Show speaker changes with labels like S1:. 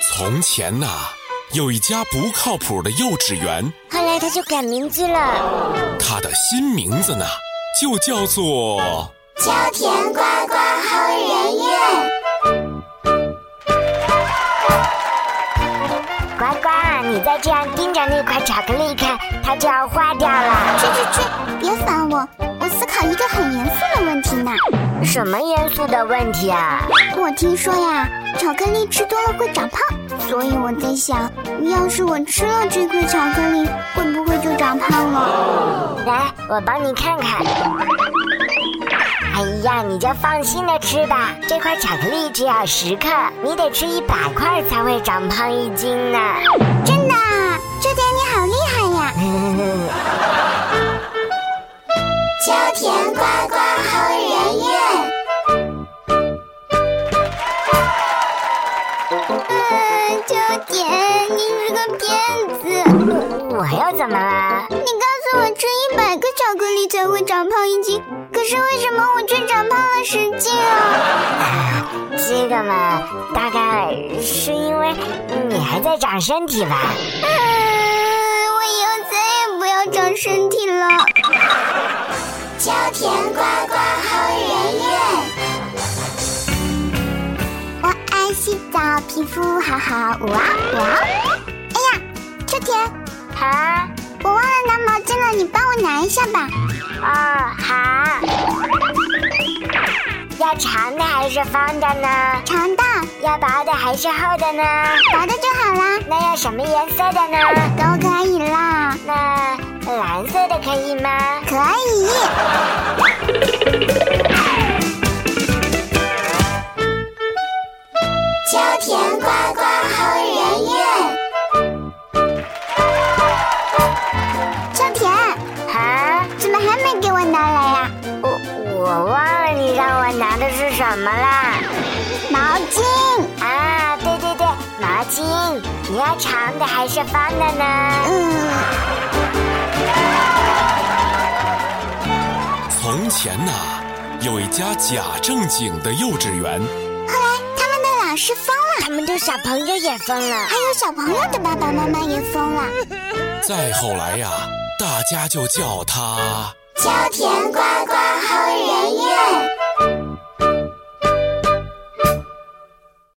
S1: 从前呐、有一家不靠谱的幼稚园，
S2: 后来他就改名字了，
S1: 它的新名字呢，就叫做……
S2: 叫甜瓜瓜后人院。呱呱，你再这样盯着那块巧克力看，它就要化掉了。
S3: 去去去，哎别烦我，我思考一个很严肃的问题呢。
S2: 什么严肃的问题啊？
S3: 我听说呀，巧克力吃多了会长胖，所以我在想，要是我吃了这块巧克力，会不会就长胖了？
S2: 来，我帮你看看。哎呀，你就放心的吃吧，这块巧克力只要十克，你得吃一百块才会长胖一斤呢。
S3: 真的啊，这点你好厉害呀！嗯
S2: 秋田呱呱后人院。
S3: 嗯，秋点，你是个骗子！
S2: 我又怎么了？
S3: 你告诉我吃一百个巧克力才会长胖一斤，可是为什么我却长胖了十斤啊？
S2: 这个嘛，大概是因为你还在长身体吧。
S3: 嗯，我以后再也不要长身体了。
S2: 秋田呱呱后人院，
S3: 我爱洗澡，皮肤好好，哇哇！哎呀，秋田，
S2: 啊
S3: 我忘了拿毛巾了，你帮我拿一下吧。
S2: 哦好。要长的还是方的呢？
S3: 长的，
S2: 要薄的还是厚的呢？
S3: 薄的就好啦，
S2: 那要什么颜色的呢？
S3: 都可以啦，
S2: 那蓝色的可以吗？
S3: 可以。
S2: 秋田呱呱后人院。
S3: 秋田，
S2: 啊，
S3: 怎么还没给我拿来呀、
S2: 我我忘了你让我拿的是什么啦？
S3: 毛巾，
S2: 啊，对对对，毛巾，你要长的还是方的呢？
S3: 嗯，
S1: 从前呐、有一家假正经的幼稚园，
S3: 他们的老师疯了，
S2: 他们的小朋友也疯了。
S3: 还有小朋友的爸爸妈妈也疯了。
S1: 再后来呀、大家就叫它……
S2: 秋田呱呱后人院。